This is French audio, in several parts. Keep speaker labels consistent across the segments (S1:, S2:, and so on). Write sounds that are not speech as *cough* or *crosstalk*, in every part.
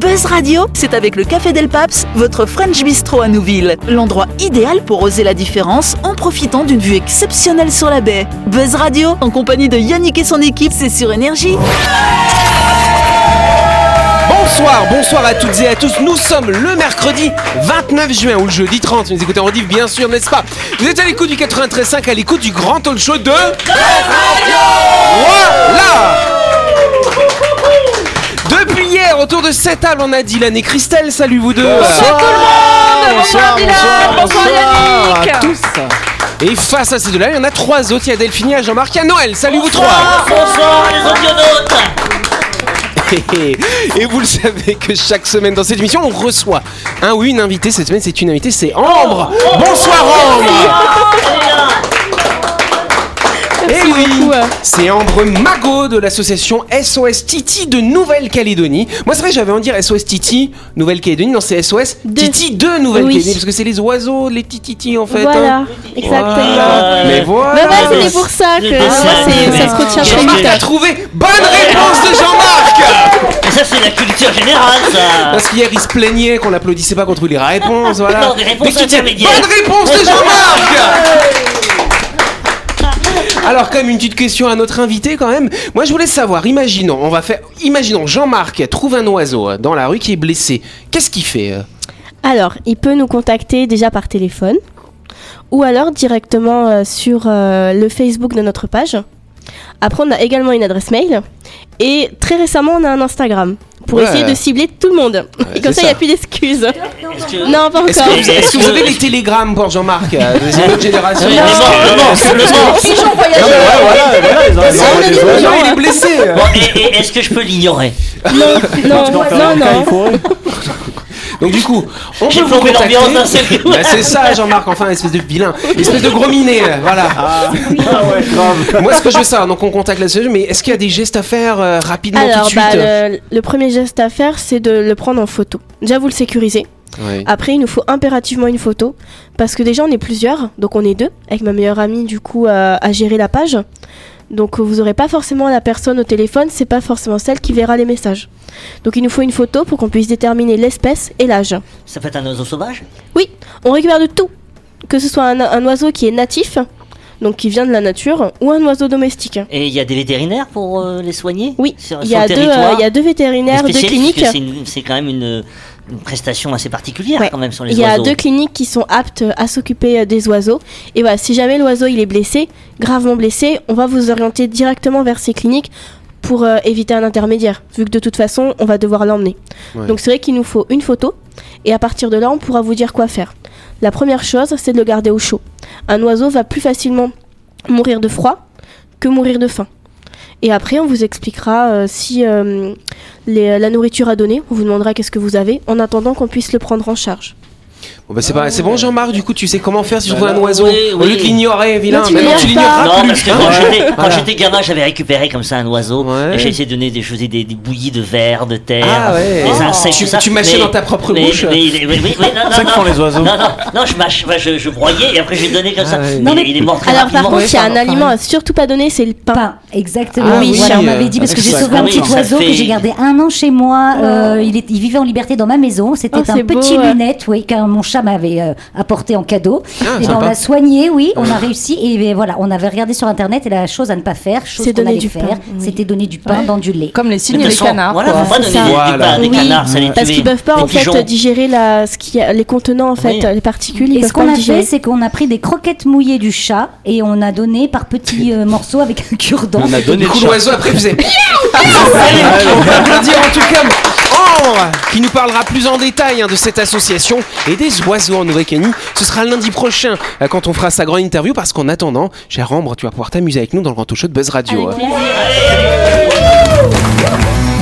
S1: Buzz Radio, c'est avec le Café Del Paps, votre French Bistro à Nouville. L'endroit idéal pour oser la différence en profitant d'une vue exceptionnelle sur la baie. Buzz Radio, en compagnie de Yannick et son équipe, c'est sur Énergie.
S2: Bonsoir, bonsoir à toutes et à tous. Nous sommes le mercredi 29 juin ou le jeudi 30. Vous nous écoutez en div, bien sûr, n'est-ce pas Vous êtes à l'écoute du 93.5, à l'écoute du grand talk show de... Voilà Depuis hier, autour de cette table, on a Dylan et Christelle. Salut vous deux
S3: Bonsoir, Dylan, bonsoir, Yannick.
S2: à tous Et face à ces deux-là, il y en a trois autres. Il y a Delphine, il y a Jean-Marc, il y a Noël. Salut vous trois
S4: Bonsoir les audionautes
S2: *laughs* Et vous le savez que chaque semaine dans cette émission, on reçoit un ou une invitée. Cette semaine, c'est une invitée, c'est Ambre. Bonsoir Ambre Et Eh oui,
S3: hein.
S2: c'est Ambre Magot de l'association SOS Titi de Nouvelle-Calédonie. Moi, c'est vrai, j'avais en dire SOS Titi Nouvelle-Calédonie. Non, c'est SOS Titi de Nouvelle-Calédonie
S3: Oui.
S2: parce que c'est les oiseaux, les tititi en fait.
S3: Voilà,
S2: hein.
S3: exactement.
S2: Mais voilà.
S3: Mais ouais,
S4: mais-
S3: Bah c'est pour ça que
S4: mais
S3: ah,
S4: ça,
S3: ouais, c'est-
S4: mais-
S3: ça se retient très
S2: Jean-Marc a
S3: vite.
S2: trouvé. Bonne réponse de Jean-Marc.
S4: Et ça c'est la culture générale ça
S2: Parce qu'hier, il se plaignait qu'on l'applaudissait pas contre les réponses, voilà.
S4: Non, des réponses
S2: Mais tu tiens,
S4: intermédiaires.
S2: Bonne réponse de Jean-Marc Alors, comme une petite question à notre invité, quand même. Moi, je voulais savoir, imaginons, on va faire, imaginons, Jean-Marc trouve un oiseau euh, dans la rue qui est blessé. Qu'est-ce qu'il fait euh
S3: Alors, il peut nous contacter déjà par téléphone ou alors directement euh, sur euh, le Facebook de notre page. Après, on a également une adresse mail et très récemment, on a un Instagram pour
S2: Ouais.
S3: essayer de cibler tout le monde. et *laughs* comme
S2: c'est
S3: ça, il n'y a
S2: ça.
S3: plus *laughs* d'excuses.
S4: Est-ce que...
S3: Non, pas encore.
S2: Est-ce que, vous- est-ce que vous avez
S4: Est-ce que-
S2: les télégrammes pour Jean-Marc euh, des autres générations
S4: Oui, mais bon, le mort, c'est le
S3: *laughs*
S4: mort.
S2: Non, mais ouais, voilà. Jean, il est blessé euh.
S4: Bon, et, et est-ce que je peux l'ignorer
S3: Non, non, non.
S2: Donc du coup, on
S4: J'ai
S2: peut vous
S4: plombé
S2: contacter.
S4: l'ambiance d'un seul coup.
S2: *laughs* Bah, c'est ça, Jean-Marc. Enfin, espèce de vilain, espèce de gros minet. euh, Voilà.
S4: Ah.
S2: Moi, ce que je veux savoir, donc on contacte la CGE, mais est-ce qu'il y a des gestes à faire euh, rapidement
S3: Alors,
S2: tout de
S3: bah,
S2: suite
S3: le, le premier geste à faire, c'est de le prendre en photo. Déjà, vous le sécurisez.
S2: Ouais.
S3: Après, il nous faut impérativement une photo parce que déjà on est plusieurs, donc on est deux avec ma meilleure amie du coup à- à gérer la page. Donc vous aurez pas forcément la personne au téléphone, c'est pas forcément celle qui verra les messages. Donc il nous faut une photo pour qu'on puisse déterminer l'espèce et l'âge.
S4: Ça peut être un oiseau sauvage
S3: Oui, on récupère de tout, que ce soit un, un oiseau qui est natif, donc qui vient de la nature, ou un oiseau domestique.
S4: Et il y a des vétérinaires pour euh, les soigner
S3: Oui,
S4: sur,
S3: il y,
S4: sur
S3: a
S4: le
S3: deux,
S4: territoire
S3: euh, il y a deux
S4: Les
S3: vétérinaires, deux
S4: spécialistes,
S3: cliniques.
S4: parce que c'est une- C'est quand même une, une prestation assez particulière
S3: Ouais.
S4: quand même sur les
S3: Il y a
S4: oiseaux.
S3: deux cliniques qui sont aptes à s'occuper euh, des oiseaux. Et voilà, si jamais l'oiseau il est blessé, gravement blessé, on va vous orienter directement vers ces cliniques pour euh, éviter un intermédiaire, vu que de toute façon, on va devoir l'emmener.
S2: Ouais.
S3: Donc c'est vrai qu'il nous faut une photo, et à partir de là, on pourra vous dire quoi faire. La première chose, c'est de le garder au chaud. Un oiseau va plus facilement mourir de froid que mourir de faim. Et après, on vous expliquera euh, si euh, les- la nourriture à donner, on vous demandera qu'est-ce que vous avez, en attendant qu'on puisse le prendre en charge.
S2: Bon, bah, c'est, pas- c'est bon, Jean-Marc. Du coup, tu sais comment faire si tu trouves un
S4: Bah non,
S2: oiseau
S4: oui,
S2: au lieu
S4: oui.
S2: de l'ignorer, vilain.
S3: Non, tu
S2: Maintenant, tu
S3: l'ignores
S2: l'ignoreras
S3: pas.
S4: Non,
S2: plus.
S4: parce que
S2: hein.
S4: quand j'étais- quand
S2: Voilà.
S4: j'étais gamin, j'avais récupéré comme ça un oiseau.
S2: Ouais.
S4: Et j'ai essayé de donner des choses, des, des bouillies de verre, de terre,
S2: Ah ouais.
S4: des
S2: Oh.
S4: insectes.
S2: Tu-
S4: tout ça.
S2: tu mâchais
S4: Mais-
S2: dans ta propre
S4: mais-
S2: bouche
S4: mais il est- oui, oui, oui, non, non,
S5: ça que
S4: non.
S5: font les oiseaux.
S4: Non, non, non, je mâche, enfin, je, je broyais et après j'ai donné comme
S2: Ah
S4: ça.
S2: ouais.
S4: Il
S2: Non,
S4: est-
S6: mais-
S4: il est mort très
S3: Alors par
S4: rapidement.
S3: contre, il y a
S6: Ouais,
S3: un
S6: pardon,
S3: aliment
S6: pareil.
S3: à surtout pas donner, c'est le pain.
S6: Pain, exactement.
S2: Ah
S6: oui,
S2: oui,
S6: voilà, on
S2: euh,
S6: m'avait dit parce que j'ai
S2: ça,
S6: sauvé un
S4: oui,
S6: petit
S4: ça
S6: oiseau
S4: fait-
S6: que j'ai gardé un an chez moi. Euh, il, est, il vivait en liberté dans ma maison. C'était
S3: Oh,
S6: un
S3: c'est beau,
S6: petit
S3: ouais.
S6: lunette, oui, qu'un mon chat m'avait euh, apporté en cadeau.
S2: Ah,
S6: et ben, on
S2: sympa.
S6: l'a soigné, oui, on a réussi. Et ben, voilà, on avait regardé sur internet et la chose à ne pas faire, chose
S3: C'est
S6: qu'on
S3: donner
S6: allait
S3: du
S6: faire,
S3: pain, oui.
S6: c'était donner du pain dans du lait.
S7: Comme les
S4: Mais
S7: cygnes
S4: de
S7: et les
S4: toute façon,
S7: canards.
S4: Voilà,
S7: quoi.
S4: faut pas donner
S3: C'est ça.
S4: des, du pain à des
S3: Oui,
S4: canards, ça les
S3: Parce qu'ils peuvent pas en fait digérer la, ce qui, les contenants en fait,
S4: Oui.
S3: les particules. Ils
S6: Et
S3: peuvent
S6: ce qu'on
S3: pas
S6: a fait,
S3: digérer.
S6: c'est qu'on a pris des croquettes mouillées du chat et on a donné par petits euh, morceaux avec un cure-dent.
S5: On a donné
S2: Du
S5: le
S2: coup,
S5: chat.
S2: l'oiseau après *laughs* faisait. On va applaudir en tout cas Ambre, Oh, qui nous parlera plus en détail hein, de cette association et des oiseaux en Nouvelle-Calédonie. Ce sera lundi prochain euh, quand on fera sa grande interview, parce qu'en attendant, cher Ambre, tu vas pouvoir t'amuser avec nous dans le grand talk show de Buzz Radio. hein.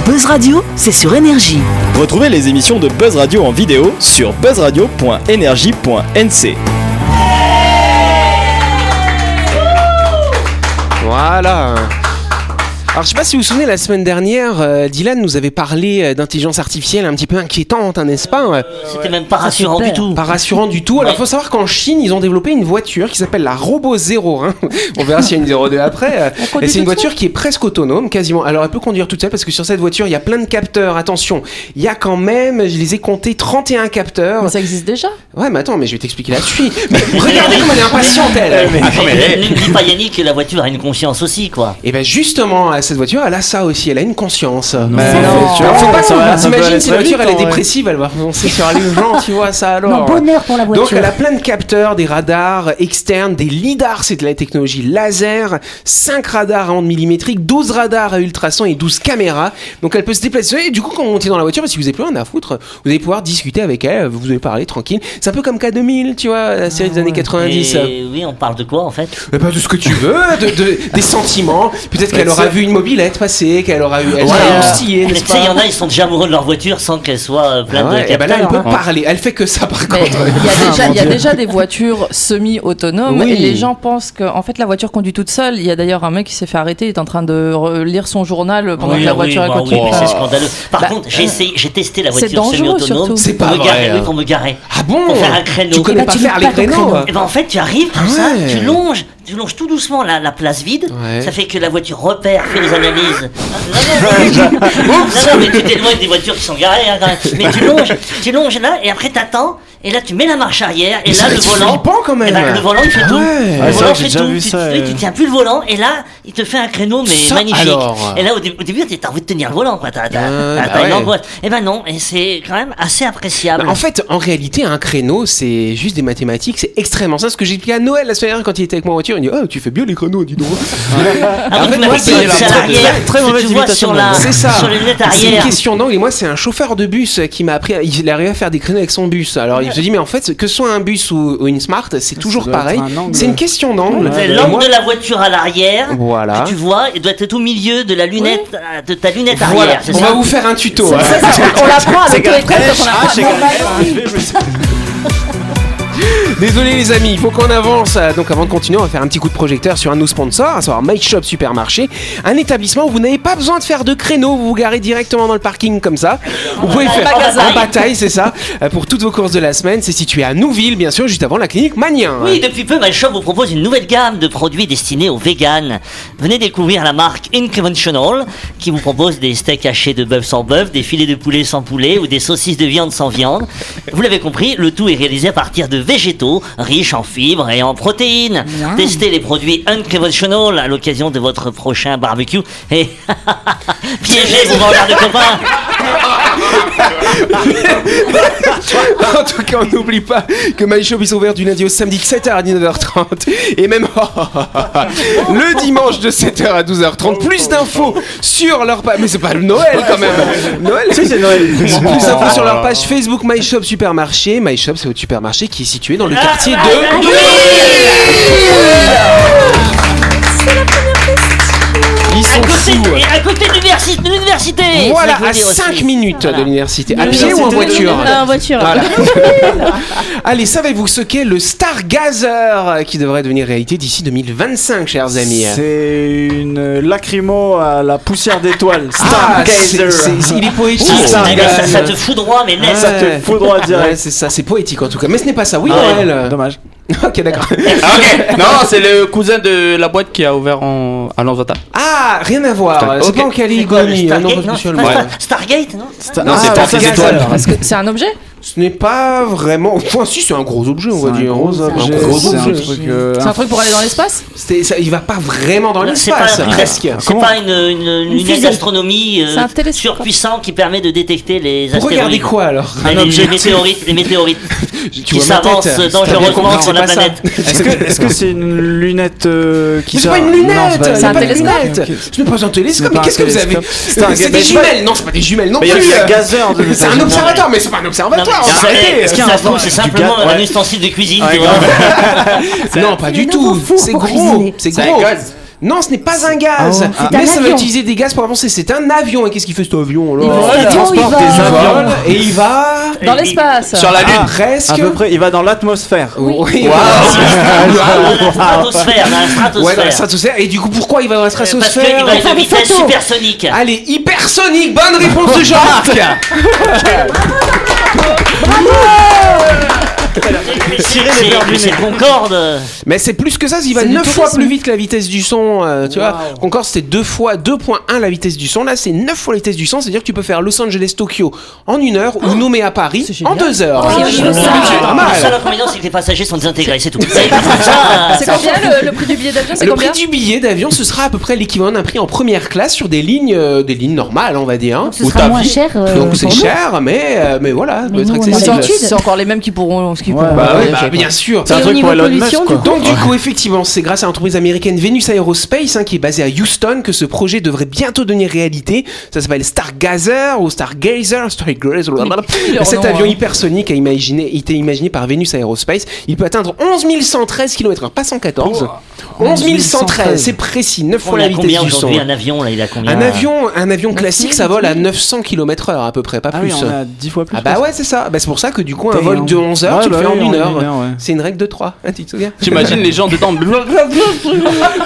S1: Buzz Radio, c'est sur Énergie.
S8: Retrouvez les émissions de Buzz Radio en vidéo sur buzzradio.energie.nc.
S2: Voilà. Alors, je sais pas si vous vous souvenez, la semaine dernière, euh, Dylan nous avait parlé euh, d'intelligence artificielle un petit peu inquiétante, hein, n'est-ce pas euh,
S4: C'était même pas rassurant
S6: peur.
S4: du tout.
S2: Pas rassurant du tout. Alors, il
S4: Ouais.
S2: faut savoir qu'en Chine, ils ont développé une voiture qui s'appelle la Robo 01. *laughs* On verra s'il y a une 02 après. euh, Et c'est une voiture qui est presque autonome, quasiment. Alors, elle peut conduire toute seule parce que sur cette voiture, il y a plein de capteurs. Attention, il y a quand même, je les ai comptés, 31 capteurs.
S5: Mais ça existe déjà.
S2: Ouais, mais attends, mais je vais t'expliquer la suite. *laughs* Mais regardez comme elle est impatiente, elle.
S4: Euh, Mais- Ne me dis pas Yannick que la voiture a une conscience aussi, quoi.
S2: Et ben justement, cette voiture, elle a ça aussi, elle a une conscience.
S5: Ça,
S2: Alors,
S5: c'est
S2: faut
S8: sûr.
S2: pas
S8: Ça va,
S2: qu'on
S8: ça peut
S2: s'imagine
S8: aller
S2: si la
S8: très
S2: voiture
S8: vite,
S2: elle est
S8: en vrai.
S2: dépressive, elle va foncer sur les gens, tu vois ça
S6: Non,
S2: alors.
S6: bonheur pour la voiture.
S2: Donc elle a plein de capteurs, des radars externes, des lidars, c'est de la technologie laser, 5 radars à ondes millimétriques, 12 radars à ultrasons et 12 caméras. Donc elle peut se déplacer et du coup quand vous montez dans la voiture, bah, si vous n'avez plus rien à foutre, vous allez pouvoir discuter avec elle, vous allez parler tranquille. C'est un peu comme K2000, tu vois, la série des années 90.
S4: Et oui, on parle de quoi en fait
S2: Eh ben, de ce que tu veux, de, de- des sentiments. Peut-être qu'elle aura vu une mobilette passer, qu'elle aura eu elle
S8: Voilà.
S2: sera hostillée,
S4: Tu
S2: n'est-ce
S4: sais, il y en
S2: pas
S4: a, ils sont déjà amoureux de leur voiture sans qu'elle soit euh,
S2: Ah
S4: pleine
S2: ouais,
S4: de
S2: eh ben là, elle
S4: capteurs.
S2: peut
S4: hein.
S2: parler. Elle fait que ça, par *laughs*
S5: Mais
S2: contre.
S5: Il y a déjà- il y, a
S8: Dieu.
S5: déjà des voitures semi-autonomes
S2: Oui.
S5: et les gens pensent que en fait la voiture conduit toute seule. Il y a d'ailleurs un mec qui s'est fait arrêter, il est en train de re- lire son journal pendant
S4: Oui,
S5: que la
S4: oui,
S5: voiture
S4: bah
S5: elle
S4: oui,
S5: continue.
S4: mais c'est scandaleux. Par
S5: Bah,
S4: contre,
S2: euh,
S4: j'ai essayé- j'ai testé la
S5: c'est
S4: voiture
S5: dangereux,
S4: semi-autonome.
S5: surtout.
S2: C'est pas
S4: pour me garer,
S2: vrai,
S4: oui,
S2: hein.
S4: pour me garer.
S2: Ah bon
S4: Pour faire un créneau.
S2: Tu connais
S6: Eh ben,
S2: pas
S6: tu
S2: faire
S6: loues
S2: les
S6: pas ton
S2: créneaux.
S6: créneau.
S4: Et ben en fait, tu arrives comme ça,
S2: ouais.
S4: tu longes, tu longes tout doucement la, la place vide.
S2: Ouais.
S4: Ça fait que la voiture repère, fait les
S2: *laughs*
S4: analyses. Non, non, non, non, non, mais tu t'éloignes des voitures qui sont garées. hein, quand même. Mais tu longes, tu longes là, et après t'attends, et là tu mets la marche arrière, et
S2: Mais ça
S4: là
S2: doit
S4: le
S2: être
S4: volant.
S2: flippant, quand même.
S4: eh ben, le volant il fait
S2: Ah
S4: tout.
S2: ouais. Ouais,
S8: c'est
S4: Le
S8: vrai
S4: volant
S8: que j'ai
S4: fait
S8: déjà
S4: tout.
S8: vu
S4: Tu-
S8: ça,
S4: tu-
S8: euh.
S4: tu tiens plus le volant, et là il te fait un créneau mais
S2: Ça,
S4: magnifique.
S2: alors.
S4: Et là au dé- au début t'es- t'as envie de tenir le volant, quoi. T'as t'as-
S2: Euh,
S4: t'as-
S2: bah
S4: t'as une
S2: ouais.
S4: angoisse. Et ben non, et c'est quand même assez appréciable.
S2: Bah, en fait, en réalité, un créneau, c'est juste des mathématiques, c'est extrêmement simple. Ce que j'ai expliqué à Noël la semaine dernière quand il était avec moi en voiture, il me dit Ah, tu fais bien les créneaux, dis donc.
S4: Ah,
S2: en
S4: oui,
S2: fait,
S4: mais
S2: moi,
S4: avec
S2: c'est
S4: les
S2: la-
S4: lunettes à l'arrière,
S8: très- très
S4: ce que
S8: mauvaise
S4: tu vois
S8: imitation
S4: sur
S8: de
S4: la,
S8: Ah,
S2: C'est ça.
S4: sur les lunettes
S2: C'est une
S4: arrière.
S2: question d'angle. Et moi, c'est un chauffeur de bus qui m'a appris. à- Il arrivait à faire des créneaux avec son bus. Alors, il se dit, mais en fait, que ce soit un bus ou, ou une smart, c'est toujours
S7: doit être
S2: pareil.
S7: un angle.
S2: C'est une question d'angle.
S4: C'est
S2: Et
S4: L'angle
S2: moi-
S4: de la voiture à l'arrière
S2: Voilà.
S4: que tu vois, il doit être au milieu de la lunette, euh, de ta lunette
S2: Voilà.
S4: arrière. c'est
S2: On
S4: ça
S2: va vous faire un tuto. hein.
S5: on l'apprend à l'auto-école quand on
S7: Ah,
S5: apprend.
S2: Désolé les amis, il faut qu'on avance. Euh, Donc avant de continuer, on va faire un petit coup de projecteur sur un de nos sponsors, à savoir My Shop Supermarché, un établissement où vous n'avez pas besoin de faire de créneau, vous vous garez directement dans le parking comme ça. Vous pouvez faire
S5: bataille.
S2: en bataille, c'est ça, euh, pour toutes vos courses de la semaine. C'est situé à Nouville, bien sûr, juste avant la clinique Magnien.
S4: Oui, depuis peu, My Shop vous propose une nouvelle gamme de produits destinés aux véganes. Venez découvrir la marque Unconventional qui vous propose des steaks hachés de bœuf sans bœuf, des filets de poulet sans poulet ou des saucisses de viande sans viande. Vous l'avez compris, le tout est réalisé à partir de végétaux riches en fibres et en protéines. Testez les produits Unconventional à l'occasion de votre prochain barbecue et *laughs* piégez vos vendeurs de copains.
S2: *laughs* en tout cas, on n'oublie pas que My Shop est ouvert du lundi au samedi de 7h à 19h30 et même *laughs* le dimanche de 7h à 12h30. Plus d'infos sur leur page. Mais c'est pas Noël
S8: *laughs*
S2: quand même. Noël.
S8: c'est Noël.
S2: Plus d'infos sur leur page Facebook My Shop Supermarché. My Shop, c'est au supermarché qui est situé dans le
S4: Ah,
S2: quartier de. Ils
S4: À
S2: sont
S4: côté,
S2: fous.
S4: et à côté de l'universi- de l'université. c'est
S2: Voilà,
S4: ça que je
S2: à
S4: veux dire aussi.
S2: 5 minutes de
S4: Voilà.
S2: l'université. À pied ou en
S8: l'université de
S2: voiture
S3: Non, en voiture. *laughs*
S2: Voilà. Allez, savez-vous ce qu'est le Stargazer euh, qui devrait devenir réalité d'ici 2025, chers amis
S7: hein. C'est une lacrymo à la poussière d'étoiles.
S2: Ah,
S7: Stargazer.
S2: c'est- c'est- Il est poétique,
S4: Ah,
S2: ça,
S4: mais
S2: Dylan.
S4: ça, ça te fout droit, mais laisse.
S7: Ça te fout droit
S2: Ouais,
S7: direct.
S2: c'est ça, c'est poétique en tout cas. Mais ce n'est pas ça, oui,
S7: Ah,
S2: Noël
S7: Dommage.
S2: Ok, d'accord.
S9: Ah, ok. *laughs* Non, c'est le cousin de la boîte qui a ouvert en... à Lanzata.
S2: Ah, rien à voir.
S9: Ok.
S2: C'est pas en
S4: C'est quoi, le
S2: Caligoni, hein, non,
S4: Stargate,
S2: pas
S4: non,
S2: spécialement.
S4: c'est pas Star- Stargate, non
S8: Non, c'est
S7: Ah,
S8: pas
S7: ça,
S8: des
S7: c'est
S8: étoiles.
S7: ça.
S5: Parce que c'est un objet
S2: Ce n'est pas vraiment. Enfin, si, c'est un gros objet, on va
S7: C'est un
S2: dire.
S7: gros objet,
S2: Un gros
S7: c'est un
S2: objet.
S7: truc, euh,
S5: C'est un truc pour aller dans l'espace
S2: C'était- ça- il va pas vraiment dans
S4: C'est pas,
S2: l'espace.
S4: un-
S2: Presque.
S7: Ah.
S4: c'est pas une, une, une lunette
S6: fusée.
S4: d'astronomie euh,
S5: C'est un télescope.
S4: surpuissant qui permet de détecter les astéroïdes.
S2: Regardez quoi
S4: *laughs*
S2: alors
S4: Mais les, les météorites, les météorites qui
S2: vois ma tête,
S4: s'avancent
S2: t'as bien
S4: dangereusement
S2: compris,
S4: sur
S2: c'est
S4: la
S2: pas ça.
S4: planète.
S7: Est-ce que est-ce que c'est une lunette euh, qui
S2: Mais c'est
S7: sort
S2: pas une lunette,
S7: Non,
S2: il y a
S5: c'est un
S2: pas de
S5: télescope.
S2: lunette.
S7: Ok.
S2: Ce n'est pas un télescope,
S7: Ce n'est
S2: mais
S7: pas
S2: qu'est-ce que
S7: un
S2: vous avez
S7: télescope. C'est un
S2: C'est des
S7: gaz-
S2: jumelles, non, c'est pas des jumelles non
S7: Mais il y a
S2: plus.
S7: le gazer de
S2: C'est un
S7: Non,
S2: observatoire, mais c'est pas un observatoire.
S4: Non, mais
S2: arrêtez.
S4: ça- euh,
S7: qu'il y a
S4: ça
S7: un
S4: se trouve,
S7: rapport
S4: c'est
S7: avec du
S4: simplement
S7: gaz
S4: un
S7: Ouais.
S4: ustensile de cuisine. *laughs*
S7: Ouais,
S4: tu vois.
S2: Non, pas
S6: le
S2: du
S6: nouveau
S2: tout.
S6: four
S2: C'est
S6: pour
S2: gros,
S6: cuisiner.
S2: c'est
S9: C'est un
S2: gros.
S9: gaz.
S2: C'est Non, ce n'est pas un gaz.
S6: Ah ouais.
S2: mais
S6: C'est un
S2: ça va
S6: avion.
S2: utiliser des gaz pour avancer. C'est un avion. Et qu'est-ce qu'il fait cet avion là
S5: Il vole.
S6: L'avion, il va-
S2: Il
S9: des avions.
S2: vole et il va
S5: Dans l'espace.
S9: Sur la
S2: Ah,
S9: lune.
S7: À
S2: presque.
S7: peu près, il va dans l'atmosphère.
S2: Oui.
S4: Dans la stratosphère, dans la
S2: Ouais, dans la
S4: stratosphère.
S2: stratosphère. Et du coup, pourquoi il va dans la
S4: Parce qu'il
S2: stratosphère
S4: va être à
S6: des
S4: vitesse
S6: photos.
S4: supersonique.
S2: Allez, hypersonique, bonne réponse de Jean-Marc
S4: C'est mais c'est Concorde.
S2: Mais c'est plus que ça, il va
S5: C'est du
S2: 9 fois
S5: tourisme.
S2: plus vite que la vitesse du son, euh, tu vois. Concorde, c'était 2 fois 2.1 la vitesse du son, là c'est 9 fois la vitesse du son, c'est-à-dire que tu peux faire Los Angeles Tokyo en 1 heure ou Nomé à Paris
S5: c'est génial.
S2: en 2 heures.
S4: Ah,
S6: Oh,
S2: C'est
S6: je veux ça.
S2: pas
S4: Le seul
S2: mal.
S4: inconvénient, c'est que les passagers sont désintégrés, *laughs* c'est tout. C'est ça,
S5: C'est
S4: ça-
S5: combien le, le prix du billet d'avion C'est
S2: Le
S5: combien
S2: prix du billet d'avion, ce sera à peu près l'équivalent d'un prix en première classe sur des lignes, euh, des lignes normales, on va dire. hein.
S6: Donc ce
S2: Ou
S6: sera
S2: ta
S6: moins
S2: vie.
S6: cher. euh,
S2: Donc c'est
S6: pour nous.
S2: cher, mais, euh, mais voilà, doit
S6: Mais
S2: être
S6: nous, on a
S2: accessible.
S6: l'habitude.
S5: C'est encore les mêmes qui pourront. Qui
S7: Ouais,
S5: pourront
S7: bah
S2: Ouais,
S5: voyager,
S2: bah,
S5: quoi.
S2: bien sûr.
S7: C'est un
S3: Et au
S7: truc pour
S3: niveau
S7: Elon
S3: pollution,
S7: Musk,
S3: du
S7: quoi.
S2: Donc du coup, effectivement, c'est grâce à l'entreprise américaine Venus Aerospace hein, qui est basée à Houston que ce projet devrait bientôt devenir réalité. Ça s'appelle Stargazer ou Stargazer, Stargazer. blablabla.
S5: leur
S2: Cet
S5: nom,
S2: avion
S5: hein.
S2: hypersonique a imaginé, été imaginé par Venus Aerospace. Il peut atteindre 11 113 km/h, pas 114. 11 113, c'est précis, 9
S4: On
S2: fois
S4: a
S2: la vitesse
S4: combien
S2: du son.
S4: aujourd'hui un avion là Il a combien Euh,
S2: Un avion, un avion classique, ça vole à 900 km/h à peu près, pas
S7: Ah
S2: plus.
S7: oui, on a 10 fois plus.
S2: Ah bah ouais, c'est ça. Bah, c'est pour ça que du coup, un vol de 11 heures, tu
S7: bah
S2: le fais en 1 heure. C'est une règle de 3, tu te souviens
S9: J'imagine les gens
S2: *laughs*
S9: dedans.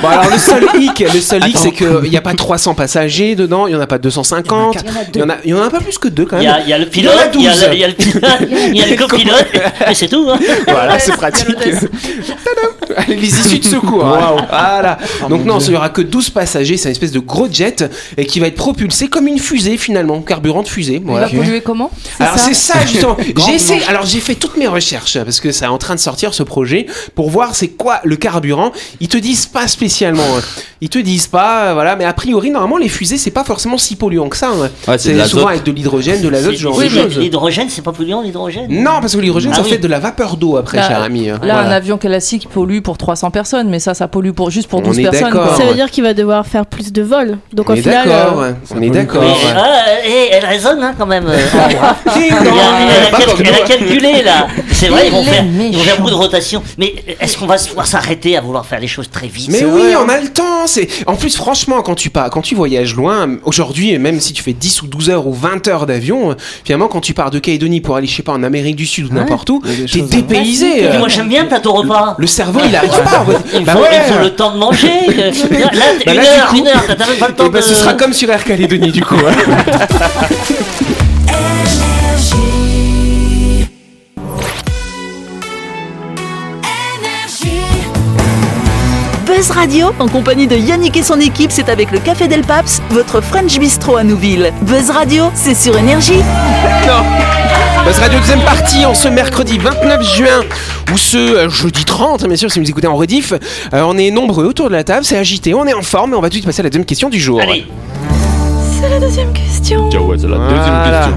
S2: Bon alors le seul hic, le seul hic c'est qu'il n'y a pas 300 passagers dedans, il n'y en a pas 250, il y en a, il y en a un peu plus que deux quand
S4: Il y,
S2: même.
S4: a, il y a le
S2: Il y en a
S4: pilote, il y a
S2: 12.
S4: le- il y a
S2: *laughs*
S4: le pilote, il y a le copilote, et c'est tout. hein.
S2: Voilà,
S5: Il y
S2: c'est
S5: a
S2: pratique.
S5: l'hôtesse.
S2: *laughs* Tadam Allez, les issues de secours. hein. Voilà.
S4: Oh,
S2: Donc non, il n'y aura que 12 passagers, c'est une espèce de gros jet et qui va être propulsé comme une fusée finalement, carburant de fusée.
S5: Il
S2: Voilà.
S5: va polluer comment
S2: Alors c'est ça
S4: *laughs*
S2: justement.
S7: Grande
S2: j'ai essayé. Alors j'ai fait toutes mes recherches parce que c'est en train de sortir ce projet pour voir c'est quoi le carburant. Ils te disent pas spécialement. hein. Ils te disent pas euh, voilà. Mais a priori normalement les fusées c'est pas forcément si polluant que ça. hein.
S9: Ouais, c'est de
S2: c'est
S9: l'azote.
S2: souvent avec de l'hydrogène, de l'azote, ce genre de
S4: Oui, mais
S2: choses.
S4: l'hydrogène, c'est pas polluant l'hydrogène
S2: Non parce que l'hydrogène
S4: Ah
S2: ça
S4: oui.
S2: fait de la vapeur d'eau après
S5: Là-
S2: cher ami. hein.
S5: Là,
S2: Voilà.
S5: un avion classique pollue pour 300 personnes, mais ça, ça pollue pour, juste pour
S2: On
S5: 12
S2: est
S5: personnes.
S2: d'accord.
S5: quoi.
S3: Ça
S2: ouais.
S3: veut dire qu'il va devoir faire plus de vols. Donc
S2: On
S3: au
S2: est
S3: final,
S2: d'accord.
S3: euh,
S2: ouais. On est d'accord.
S4: Mais,
S2: ouais.
S4: ah, eh, elle raisonne hein,
S2: *laughs*
S4: quand
S2: Ah,
S4: même. euh,
S2: Ding
S4: *laughs* Il y a-
S2: dong.
S4: elle, a
S2: Pas
S4: cal-
S2: comme
S4: elle a
S2: nous, hein.
S4: calculé là. C'est vrai, ils vont
S5: Il est
S4: faire, ils vont faire
S5: méchant.
S4: beaucoup de rotation. Mais est-ce qu'on va se- pouvoir s'arrêter à vouloir faire les choses très vite
S2: Mais
S4: C'est
S2: oui,
S4: vrai,
S2: on a le temps. C'est en plus franchement quand tu pars, quand tu voyages loin, aujourd'hui même si tu fais 10 ou 12 heures ou 20 heures d'avion, euh, finalement quand tu pars de Calédonie pour aller je sais pas en Amérique du Sud ou n'importe où,
S7: Il y a des
S2: t'es
S7: choses,
S2: dépaysé.
S4: Et puis
S2: euh,
S4: moi j'aime bien t'as ton repas.
S2: Le cerveau il arrive pas. en fait.
S4: Il
S2: Bah
S4: faut,
S2: ouais.
S4: il faut le temps
S2: *laughs*
S4: de manger. Là, t-
S2: Bah
S4: une,
S2: là, du
S4: heure,
S2: coup-
S4: une heure, t'as t'as même pas le temps
S2: Eh ben,
S4: de.
S2: ce sera comme sur Air Calédonie du coup. hein.
S1: Buzz Radio, en compagnie de Yannick et son équipe, c'est avec le Café Del Paps, votre French Bistro à Nouville. Buzz Radio, c'est sur Énergie.
S2: Buzz Radio deuxième partie en ce mercredi 29 juin ou ce euh, jeudi 30 hein, bien sûr si vous écoutez en rediff. Euh, on est nombreux autour de la table, c'est agité, on est en forme et on va tout de suite passer à la deuxième question du jour.
S4: Allez,
S2: Voilà.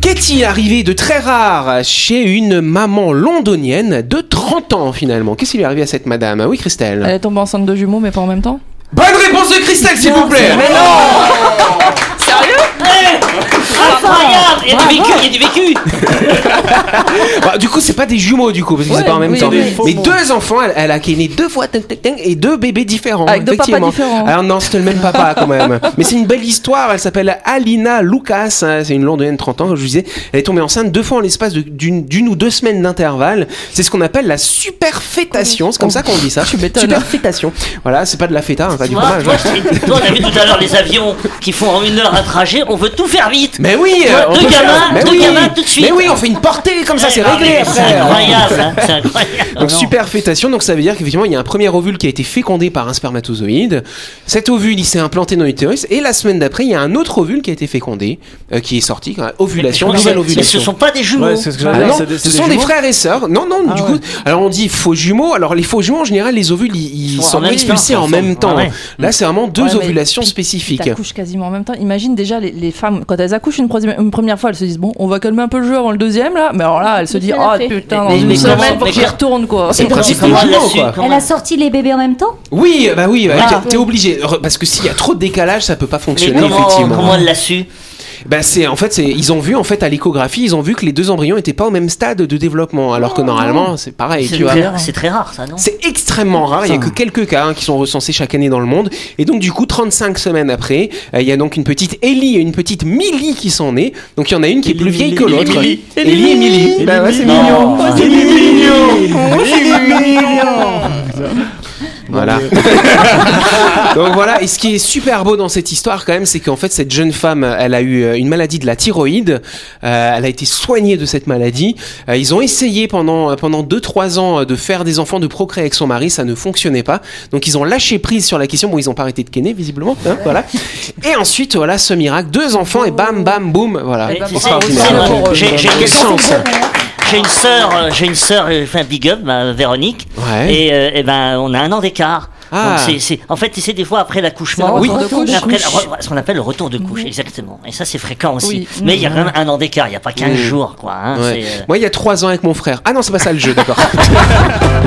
S2: Qu'est-il arrivé de très rare chez une maman londonienne de 30 ans finalement Qu'est-ce qui lui est arrivé à cette madame Ah Oui, Christelle.
S5: Elle est tombée enceinte de jumeaux, mais pas en même temps.
S2: Bonne réponse de Christelle, s'il vous plaît
S4: incroyable Il y a du vécu, il y a du vécu
S2: Bah, Du coup, c'est pas des jumeaux, du coup, parce que
S5: Ouais,
S2: c'est pas en même
S5: oui,
S2: temps.
S5: oui.
S2: Mais deux enfants, elle, elle a qui est née deux fois ting, ting, ting, et deux bébés différents.
S5: Avec deux papas
S2: effectivement.
S5: différents.
S2: Alors non, c'était le même papa quand même. Mais c'est une belle histoire, elle s'appelle Alina Lucas, hein, c'est une londonienne de 30 ans, comme je vous disais. Elle est tombée enceinte deux fois en l'espace de- d'une d'une ou deux semaines d'intervalle. C'est ce qu'on appelle la superfétation, c'est comme ça qu'on dit
S5: *laughs*
S2: ça.
S5: Tu m'étonnes.
S2: Superfétation. Voilà, c'est pas de la feta, hein, pas du
S4: Toi,
S2: fromage.
S4: toi,
S2: hein.
S4: je- toi, on a vu tout à l'heure les avions qui font en une heure un trajet, on veut tout faire vite
S2: Mais oui, euh,
S4: Toi,
S2: on
S4: deux
S2: peut
S4: gamins,
S2: mais
S4: deux
S2: oui.
S4: gamins, tout de suite.
S2: Mais oui, on fait une portée comme ça,
S4: Eh,
S2: c'est
S4: bah,
S2: réglé
S4: mais C'est
S2: après.
S4: incroyable, hein, c'est incroyable
S2: Donc superfétation, donc ça veut dire qu'effectivement il y a un premier ovule qui a été fécondé par un spermatozoïde. Cet ovule il s'est implanté dans l'utérus et la semaine d'après il y a un autre ovule qui a été fécondé, euh, qui est sorti. quand même. Ovulation,
S4: Mais
S2: nouvelle
S4: Ce
S2: ovulation.
S4: sont pas des jumeaux
S7: Ouais, c'est ce que
S2: Ah
S7: j'allais
S2: non,
S7: dire. c'est des-
S2: ce
S7: c'est
S2: sont des
S7: jumeaux.
S2: frères et sœurs. Non, non, du
S7: Ah
S2: coup, alors on dit faux jumeaux. Alors les faux jumeaux en général, les ovules ils, ils
S4: Ils sont en
S2: sont
S4: même
S2: expulsés
S4: temps,
S2: en même
S4: ensemble.
S2: temps.
S4: Ah ouais.
S2: Là c'est vraiment deux
S5: Ouais, mais
S2: ovulations
S5: puis-
S2: spécifiques.
S5: T'accouches quasiment en même temps. Imagine déjà les, les femmes, quand elles accouchent une, prosi- une première fois, elles se disent Bon, on va calmer un peu le jeu avant le deuxième là. Mais alors là, elles se
S3: Mais
S5: disent
S3: c'est
S5: Ah
S3: la
S5: putain, dans
S4: Mais-
S5: une
S4: mais
S5: semaine,
S4: comment-
S5: faut que
S4: mais
S5: j'y
S4: quand-
S5: retourne quoi.
S2: C'est le
S4: Comment-
S2: principe des
S4: comment elle l'a
S2: jumeaux,
S4: su
S2: quoi.
S4: Comment-
S6: Elle a sorti les bébés en même temps
S2: Oui, bah oui, bah,
S4: Ah.
S2: t'es- t'es obligé. Re- Parce que s'il y a trop de décalage, ça peut pas
S4: mais
S2: fonctionner,
S4: comment,
S2: effectivement.
S4: comment elle l'a su
S2: Bah c'est en fait c'est ils ont vu en fait à l'échographie ils ont vu que les deux embryons n'étaient pas au même stade de développement alors que normalement Oh, c'est pareil
S4: C'est
S2: tu vois.
S4: très, c'est très rare ça, non
S2: C'est extrêmement rare, il n'y a que quelques cas hein, qui sont recensés chaque année dans le monde. Et donc du coup, 35 semaines après, euh, il y a donc une petite Ellie et une petite Millie qui sont nées. Donc il y en a une qui est plus vieille que l'autre. Ellie et Millie. Bah ouais, c'est
S4: Non.
S2: mignon.
S7: Oh,
S4: Ah.
S2: C'est mignon. Voilà. *laughs* Donc voilà, et ce qui est super beau dans cette histoire quand même, c'est qu'en fait cette jeune femme, elle a eu euh, une maladie de la thyroïde, Euh, elle a été soignée de cette maladie. Euh, ils ont essayé pendant euh, pendant 2-3 ans euh, de faire des enfants, de procréer avec son mari, ça ne fonctionnait pas. Donc ils ont lâché prise sur la question, bon ils ont pas arrêté de kenner visiblement, hein, voilà. Et ensuite voilà ce miracle, deux enfants et bam bam boum, voilà.
S4: Et tu sais,
S2: Extraordinaire.
S4: c'est vrai, j'ai- j'ai une
S2: Quelle
S4: question.
S2: chance.
S4: J'ai une sœur, euh, j'ai une sœur, euh, enfin big up, ma Véronique,
S2: Ouais.
S4: et, euh, eh ben on a un an d'écart.
S2: Ah.
S4: Donc c'est, c'est- en fait, tu sais, des fois après l'accouchement,
S5: C'est le retour
S4: oui,
S5: de couche. Mhm.
S4: après la- re- ce qu'on appelle le retour de couche, exactement. Et ça, c'est fréquent aussi.
S5: Oui. Mhm.
S4: Mais il y a quand même un an d'écart, il n'y a pas 15
S2: Mm.
S4: jours, quoi. hein,
S2: Ouais.
S4: c'est, euh,
S2: Moi il y a 3 ans avec mon frère. Ah non, c'est pas ça le jeu, d'accord.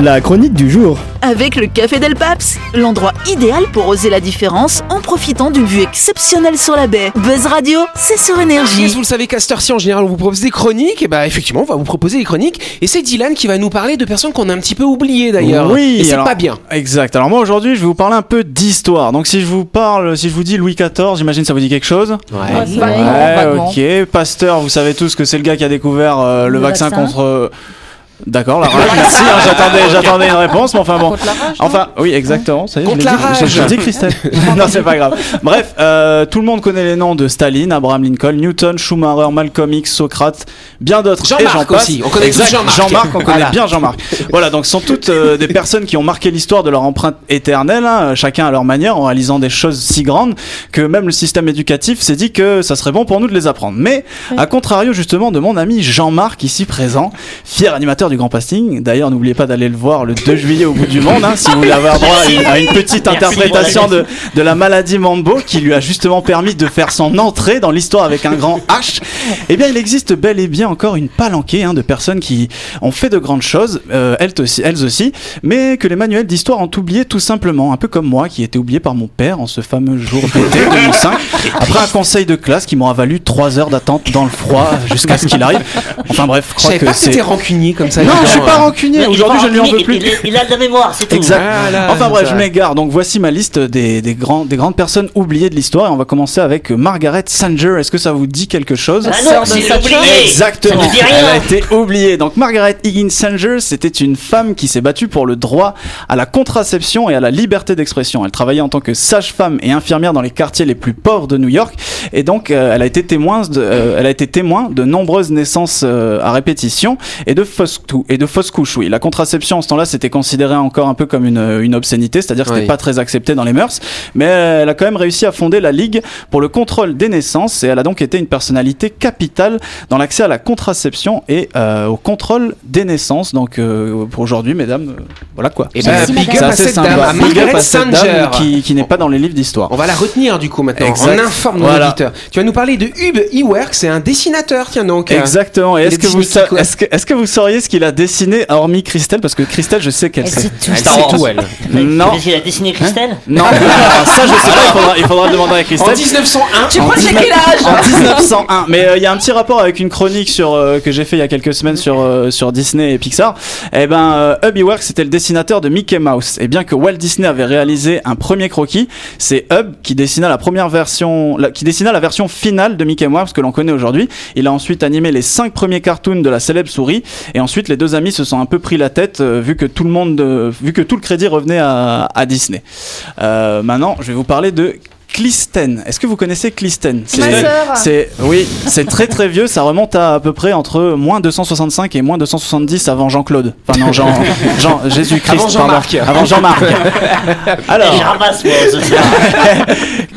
S8: La chronique du jour.
S1: Avec le Café Del Paps, l'endroit idéal pour oser la différence en profitant d'une vue exceptionnelle sur la baie. Buzz Radio, c'est sur
S2: Yes,
S1: énergie.
S2: vous le savez qu'à cette heure-ci, en général, on vous propose des chroniques. Et bah, effectivement, on va vous proposer des chroniques. Et c'est Dylan qui va nous parler de personnes qu'on a un petit peu oubliées d'ailleurs.
S7: Oui,
S2: Et c'est
S7: alors-
S2: pas bien.
S7: Exact. Alors moi aujourd'hui, je vais vous parler un peu d'histoire. Donc si je vous parle, si je vous dis Louis XIV, j'imagine que ça vous dit quelque chose.
S5: Ouais, c'est vrai,
S7: Ouais,
S5: vaguement.
S7: ok. Pasteur, vous savez tous que c'est le gars qui a découvert euh, le,
S6: Le
S7: vaccin,
S6: vaccin.
S7: contre. euh, D'accord, la rage. Merci, hein, j'attendais, j'attendais une réponse, mais enfin bon.
S5: Contre la rage, hein non
S7: Enfin, oui, exactement. ça y est, je
S2: Contre
S7: l'ai
S2: la
S7: dit,
S2: rage.
S7: je- Je l'ai dit, Christelle.
S2: *laughs*
S7: non, c'est pas grave. Bref, euh, tout le monde connaît les noms de Staline, Abraham Lincoln, Newton, Schumacher, Malcolm X, Socrate, bien d'autres.
S2: Jean-Marc
S7: et j'en passe.
S2: aussi, on connaît tous
S7: Exact,
S2: Jean-Marc.
S7: on connaît
S2: Voilà. *laughs*
S7: bien Jean-Marc. Voilà, donc ce sont toutes euh, des personnes qui ont marqué l'histoire de leur empreinte éternelle, hein, chacun à leur manière, en réalisant des choses si grandes que même le système éducatif s'est dit que ça serait bon pour nous de les apprendre. Mais à contrario justement de mon ami Jean-Marc ici présent, fier animateur du Grand Pasting. D'ailleurs, n'oubliez pas d'aller le voir le 2 juillet au bout du monde, hein, si vous voulez avoir droit à une, à une petite
S4: Merci.
S7: interprétation de, de la maladie Mambo qui lui a justement permis de faire son entrée dans l'histoire avec un grand H. Eh bien, il existe bel et bien encore une palanquée hein, de personnes qui ont fait de grandes choses, euh, elles, aussi, elles aussi, mais que les manuels d'histoire ont oublié tout simplement, un peu comme moi qui était oublié par mon père en ce fameux jour d'été 2005, après un conseil de classe qui m'aura valu 3 heures d'attente dans le froid jusqu'à ce qu'il arrive. Enfin bref, je
S2: Je
S7: crois
S2: savais
S7: que
S2: pas que
S7: c'est...
S2: t'étais rancunier comme ça.
S7: Non,
S2: dis donc,
S7: je suis pas
S2: hein.
S7: rancunier.
S4: il est
S7: Aujourd'hui,
S4: pas
S7: je ne lui en
S4: rancunier,
S7: veux plus.
S4: Il, il- il a de la mémoire, c'est tout.
S7: Exact.
S2: Ah, là,
S7: Enfin bref,
S2: c'est
S7: je
S2: vrai.
S7: m'égare. Donc voici ma liste des, des, grands, des grandes personnes oubliées de l'histoire. Et on va commencer avec euh, Margaret Sanger. Est-ce que ça vous dit quelque chose
S4: Ah non, c'est oublié.
S7: Exactement.
S4: Ça ne dit rien.
S7: Elle a été oubliée. Donc Margaret Higgins Sanger, c'était une femme qui s'est battue pour le droit à la contraception et à la liberté d'expression. Elle travaillait en tant que sage-femme et infirmière dans les quartiers les plus pauvres de New York. Et donc euh, elle a été témoin de, euh, elle a été témoin de nombreuses naissances euh, à répétition et de fausses cou- et de fausses couches. Oui, la contraception en ce temps-là, c'était considéré encore un peu comme une, une obscénité, c'est-à-dire que c'était
S2: Oui.
S7: pas très accepté dans les mœurs. Mais euh, elle a quand même réussi à fonder la Ligue pour le contrôle des naissances et elle a donc été une personnalité capitale dans l'accès à la contraception et euh, au contrôle des naissances. Donc euh, pour aujourd'hui, mesdames, euh, voilà quoi.
S2: Eh ben,
S6: Merci,
S2: big up
S6: madame.
S7: C'est
S2: à
S7: assez
S2: cette
S7: simple.
S2: dame, à
S7: Big up
S2: Margaret
S7: à cette dame
S2: Sanger.
S7: qui, qui n'est pas dans les livres d'histoire.
S2: On va la retenir du coup maintenant.
S7: Exact.
S2: On informe nos
S7: Voilà.
S2: auditeurs. Tu vas nous parler de Hub Eworks, c'est un dessinateur, tiens donc.
S7: Exactement. Et
S2: Il
S7: est-ce
S2: est
S7: que, vous
S2: dessiné
S7: sa-
S2: quoi
S7: est-ce que, est-ce que vous sauriez ce qu'il a dessiné, hormis Christelle Parce que Christelle, je sais qu'elle
S6: Elle
S7: sait.
S6: sait tout.
S2: Star Wars. Tout, elle.
S7: Non.
S4: Parce qu'il a dessiné Christelle
S7: Non, alors ça je sais pas, il faudra, il faudra demander à
S2: En
S7: Christelle.
S2: 1901,
S5: Tu crois que j'ai quel
S7: En
S5: âge
S7: 1901. Mais euh, il y a un petit rapport avec une chronique sur, euh, que j'ai fait il y a quelques semaines sur, euh, sur Disney et Pixar. Eh ben, euh, Hubby Works c'était le dessinateur de Mickey Mouse. Et bien que Walt Disney avait réalisé un premier croquis, c'est Hub qui dessina la première version, la- qui dessina la version finale de Mickey Mouse que l'on connaît aujourd'hui. Il a ensuite animé les cinq premiers cartoons de la célèbre souris. Et ensuite, les deux amis se sont un peu pris la tête euh, vu que tout le monde, euh, vu que tout le crédit revenait à, à Disney. Euh, maintenant, je vais vous parler de Clisten. Est-ce que vous connaissez Clisten
S5: Ma
S7: C'est-
S5: sœur.
S7: c'est oui, c'est très très vieux. Ça remonte à à peu près entre moins 265 et moins 270 avant Jean-Claude. Enfin
S2: *laughs*
S7: non, Jean, Jean Jésus-Christ.
S2: Avant Jean-Marc.
S7: pardon.
S2: *laughs*
S7: Avant Jean-Marc.
S4: Et
S7: Alors,
S4: Je ramasse moi ce soir.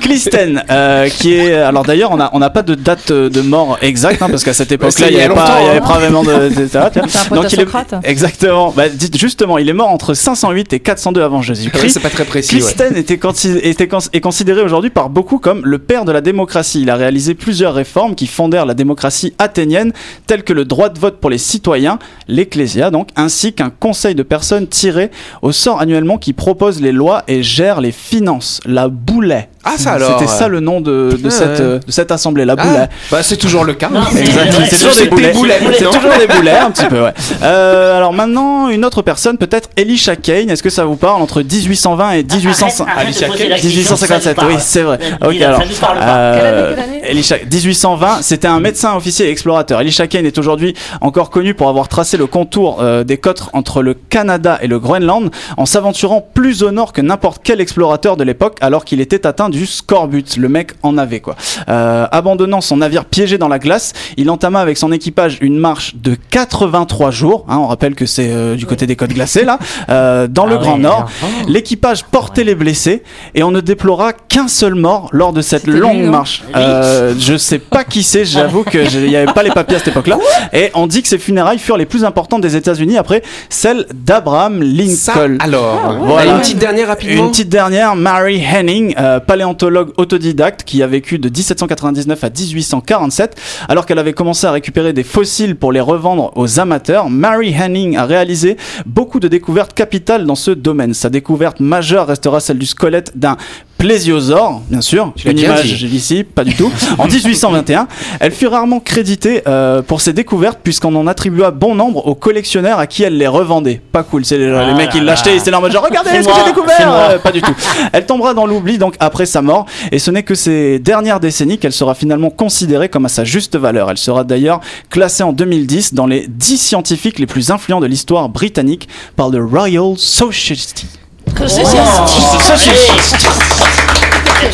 S7: Clisten, euh, qui est alors d'ailleurs on a on n'a pas de date euh, de mort exacte hein, parce qu'à cette époque-là
S2: c'est il
S7: il
S2: y
S7: n'y
S2: a
S7: avait pas
S2: longtemps,
S7: il y avait
S2: hein.
S7: pas vraiment de, de- de- ça va, tu vois.
S5: C'est un pote à
S7: il est-
S5: Socrate.
S7: exactement. Bah, dites, justement, il est mort entre 508 et 402 avant
S2: Ouais,
S7: Jésus-Christ.
S2: c'est pas très précis. ouais.
S7: Christen était, consi- était cons- est considéré aujourd'hui par beaucoup comme le père de la démocratie. Il a réalisé plusieurs réformes qui fondèrent la démocratie athénienne, telles que le droit de vote pour les citoyens, l'ecclésia donc, ainsi qu'un conseil de personnes tiré au sort annuellement qui propose les lois et gère les finances, la boulet.
S2: Ah, ça alors
S7: C'était ça le nom de, de
S2: Ah,
S7: cette,
S2: ouais.
S7: euh, de cette assemblée, la
S2: Ah,
S7: boule.
S2: bah, c'est toujours le cas.
S4: Non, c'est-
S7: Exactement,
S4: ouais,
S7: c'est
S4: c'est
S7: toujours des
S4: des
S7: boulets.
S4: boulets,
S7: C'est
S4: non
S7: toujours des boulets, un petit peu, ouais. Euh, alors maintenant, une autre personne, peut-être Elisha Kane. Est-ce que ça vous parle entre 1820 et 1800
S4: Arrête, arrête de
S2: Alicia
S4: poser
S2: Keys,
S4: la question,
S7: 1857,
S4: ça nous
S7: oui,
S4: parle.
S7: c'est vrai.
S4: Ça
S7: Ok,
S4: nous
S7: alors.
S4: parle pas.
S7: euh, Elisha- 1820, c'était un médecin officier et explorateur. Elisha Kane est aujourd'hui encore connu pour avoir tracé le contour euh, des côtes entre le Canada et le Groenland en s'aventurant plus au nord que n'importe quel explorateur de l'époque alors qu'il était atteint du scorbut. Le mec en avait quoi. Euh, abandonnant son navire piégé dans la glace, il entama avec son équipage une marche de 83 jours. hein, on rappelle que c'est euh, du côté des côtes glacées là, euh, dans le
S4: Ah
S7: Grand
S4: ouais,
S7: Nord.
S4: alors, oh.
S7: L'équipage portait les blessés et on ne déplora qu'un seul mort lors de cette
S5: C'était
S7: longue
S5: lui, hein
S7: marche.
S4: Oui.
S7: Euh, je sais pas qui c'est, j'avoue que j'ai- il n'y avait pas les papiers à cette époque-là. Et on dit que ces funérailles furent les plus importantes des États-Unis après celles d'Abraham
S2: Ça,
S7: Lincoln.
S2: alors.
S7: Voilà.
S2: Une petite dernière rapidement.
S7: Une petite dernière, Mary Henning, euh, paléontologue autodidacte qui a vécu de 1799 à 1847. Alors qu'elle avait commencé à récupérer des fossiles pour les revendre aux amateurs, Mary Henning a réalisé beaucoup de découvertes capitales dans ce domaine. Sa découverte majeure restera celle du squelette d'un plésiosaure, bien sûr.
S2: Tu l'as
S7: Une
S2: bien
S7: image,
S2: dit. hein,
S7: j'ai ici, pas
S2: *laughs*
S7: du tout. En 1821, elle fut rarement créditée euh, pour ses découvertes puisqu'on en attribua bon nombre aux collectionneurs à qui elle les revendait. Pas cool, c'est les, les
S4: Ah
S7: mecs qui
S4: là
S7: l'achetaient,
S4: là.
S7: ils étaient là en mode genre, regardez
S4: C'est
S7: ce que j'ai
S4: moi, c'est
S7: découvert
S4: moi.
S7: Euh, Pas
S4: *laughs*
S7: du tout. Elle tombera dans l'oubli donc après sa mort et ce n'est que ces dernières décennies qu'elle sera finalement considérée comme à sa juste valeur. Elle sera d'ailleurs classée en 2010 dans les 10 scientifiques les plus influents de l'histoire britannique par le Royal Society.
S4: Tu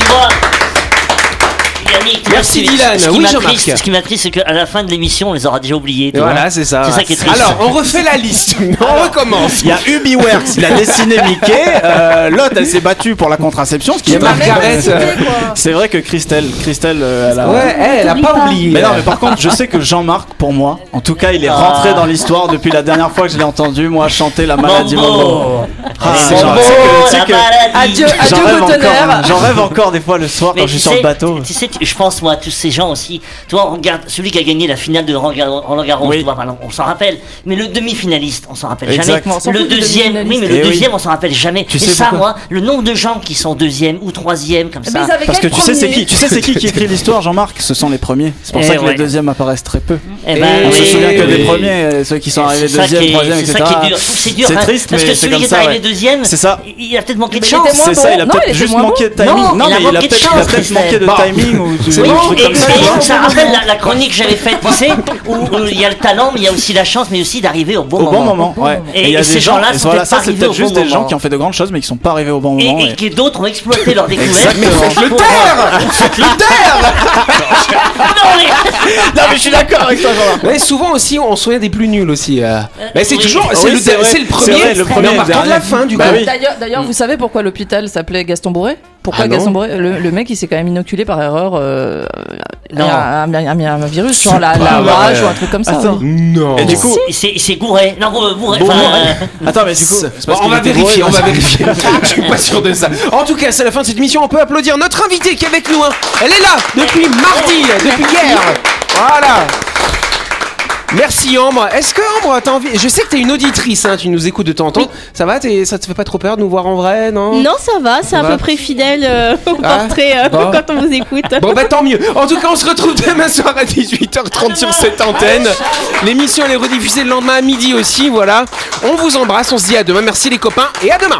S4: vois, Yannick,
S2: Merci,
S4: ce qui-
S2: Dylan.
S4: Ce qui
S2: Oui,
S4: m'attriste-
S2: Jean-Marc.
S4: ce qui m'attriste, c'est qu'à la fin de l'émission, on les aura déjà oubliés. tu vois.
S2: Voilà, c'est ça.
S4: C'est ça qui est triste.
S2: Alors, on refait la
S7: *laughs*
S2: liste. on recommence.
S7: Il y a Ubiworks,
S4: *laughs*
S7: il a dessiné Mickey, euh, l'autre elle s'est battue pour la contraception, ce qui
S2: Il y
S7: est
S2: a
S7: marrant.
S2: Margaret.
S7: C'est vrai que Christelle, Christelle euh, elle a-
S2: Ouais, eh, elle, elle a
S6: T'oublies
S2: pas
S6: pas.
S2: oublié.
S7: Mais non, mais par contre, je sais que Jean-Marc, pour moi, en tout cas,
S4: Ah.
S7: il est rentré dans l'histoire depuis la dernière fois que je l'ai entendu, moi, chanter la maladie Mambo.
S4: Mambo.
S7: Ah,
S4: Les
S7: c'est genre-
S4: Mambo,
S7: c'est que- c'est
S4: la
S7: que-
S4: maladie.
S5: Adieu, adieu,
S7: J'en rêve,
S5: Cotonnerre.
S7: encore- hein. j'en rêve encore des fois le soir quand
S4: Mais
S7: je
S4: tu
S7: suis sur le
S4: sais-
S7: bateau.
S4: Tu sais, tu- je pense moi à tous ces gens aussi. Toi, on regarde celui qui a gagné la finale de Roland Gar- Roland Garros,
S7: Oui.
S4: tu vois, par exemple, on s'en rappelle. Mais le demi-finaliste, on s'en rappelle
S7: Exact.
S5: On s'en
S4: jamais. Le
S5: fout du
S4: deuxième, oui, mais
S5: demi-finaliste.
S4: le
S7: Eh oui.
S4: deuxième, on s'en rappelle jamais.
S7: Tu
S4: Et
S7: sais
S4: ça,
S7: pourquoi
S4: moi, le nombre de gens qui sont deuxième ou troisième
S5: Eh
S4: comme
S5: ben,
S4: ça.
S7: Parce que tu sais, c'est qui, tu sais, c'est qui qui écrit l'histoire, Jean-Marc Ce sont les premiers. C'est pour
S4: Eh
S7: ça que les
S4: ouais.
S7: deuxièmes apparaissent très peu.
S4: Eh
S2: Et
S7: Ah, On se
S2: oui,
S7: souvient que
S2: oui.
S7: des premiers, euh, ceux qui sont
S4: C'est
S7: arrivés
S4: ça qui
S7: deuxième,
S4: est-
S7: troisième,
S4: c'est
S7: etc.
S4: ça qui est dur. Je trouve que C'est dur.
S7: C'est
S4: hein,
S7: triste,
S4: parce
S7: mais
S4: que
S7: c'est
S4: celui
S7: comme
S4: qui est
S7: ça,
S4: arrivé
S7: ouais.
S4: deuxième,
S7: C'est ça.
S4: il il a peut-être manqué de
S5: Mais il
S4: chance.
S5: était moins
S7: C'est ça,
S5: bon.
S7: il a
S5: Non,
S7: peut-être
S5: il était
S7: juste
S5: moins
S7: manqué de
S5: bon.
S7: timing. Non,
S5: Non,
S4: il a
S7: mais il a
S4: manqué de
S7: peut-être
S4: chance,
S7: il a peut-être
S4: Christelle.
S7: manqué de
S2: Bon.
S7: timing ou
S2: C'est
S7: ou
S2: bon,
S7: un
S4: Oui,
S7: truc
S4: et,
S7: comme ça.
S4: et
S7: *laughs*
S4: ça rappelle la, la chronique que j'avais faite, tu sais, où où il y a le talent, mais il y a aussi la chance, mais aussi d'arriver au bon
S7: Au
S4: moment.
S7: bon moment, ouais.
S4: Et-
S7: il y a
S4: et
S7: des
S4: ces gens-là
S7: et
S4: sont
S7: voilà,
S4: peut-être
S7: ça
S4: pas
S7: c'est
S4: arrivés
S7: peut-être
S4: au
S7: juste
S4: bon
S7: des gens
S4: moment.
S7: qui ont fait de grandes choses mais qui sont pas arrivés au bon
S4: Et,
S7: moment.
S4: et
S7: et-
S4: que d'autres ont exploité leur découverte.
S7: Exactement. Mais
S4: le terre
S7: *laughs*
S4: le terre
S7: Non mais je suis d'accord avec toi Jean-Marc.
S2: Mais souvent aussi, on se souvient des plus nuls aussi. euh. mais c'est
S4: oui.
S2: toujours,
S7: Ah Oui,
S2: c'est le,
S7: c'est vrai.
S2: c'est le
S7: C'est
S2: premier,
S7: vrai, le premier,
S2: mais en partant de la
S7: dernier.
S2: fin du
S7: Bah
S2: coup.
S7: oui.
S5: Euh, D'ailleurs, d'ailleurs, vous savez pourquoi l'hôpital s'appelait Gaston Bourré Pourquoi
S7: Ah non.
S5: Gaston Bourré le, le mec, il s'est quand même inoculé par erreur euh,
S4: Non.
S5: un, un- un- un virus, genre la, la
S2: vrai.
S5: rage ou un truc comme ça.
S7: Attends.
S5: oui.
S2: Non.
S7: Et du coup,
S4: Et c'est- C'est gouré. Non, gouré. gouré.
S7: Bon,
S4: enfin,
S7: bon,
S4: euh,
S7: attends mais du coup, c'est parce
S2: Bon, on
S7: qu'il
S2: va
S7: était
S2: vérifier, on
S7: bourré,
S2: va
S7: parce-
S2: vérifier. *laughs* Je suis pas sûr de ça. En tout cas, c'est la fin de cette émission. On peut applaudir notre invitée qui est avec nous. hein. Elle est là depuis mardi, depuis hier. Voilà. Merci Ambre. Est-ce que Ambre, t'as envie Je sais que t'es une auditrice, hein, tu nous écoutes de temps en temps. Ça va t'es- Ça te fait pas trop peur de nous voir en vrai, non
S3: Non, ça va, c'est à
S2: va.
S3: peu près fidèle euh, au
S2: Ah,
S3: portrait euh,
S2: bon.
S3: *laughs* quand on vous écoute.
S2: Bon bah tant mieux. En tout cas, on se retrouve demain soir à 18h30 sur cette antenne. L'émission elle est rediffusée le lendemain à midi aussi, voilà. On vous embrasse, on se dit à demain. Merci les copains et à demain.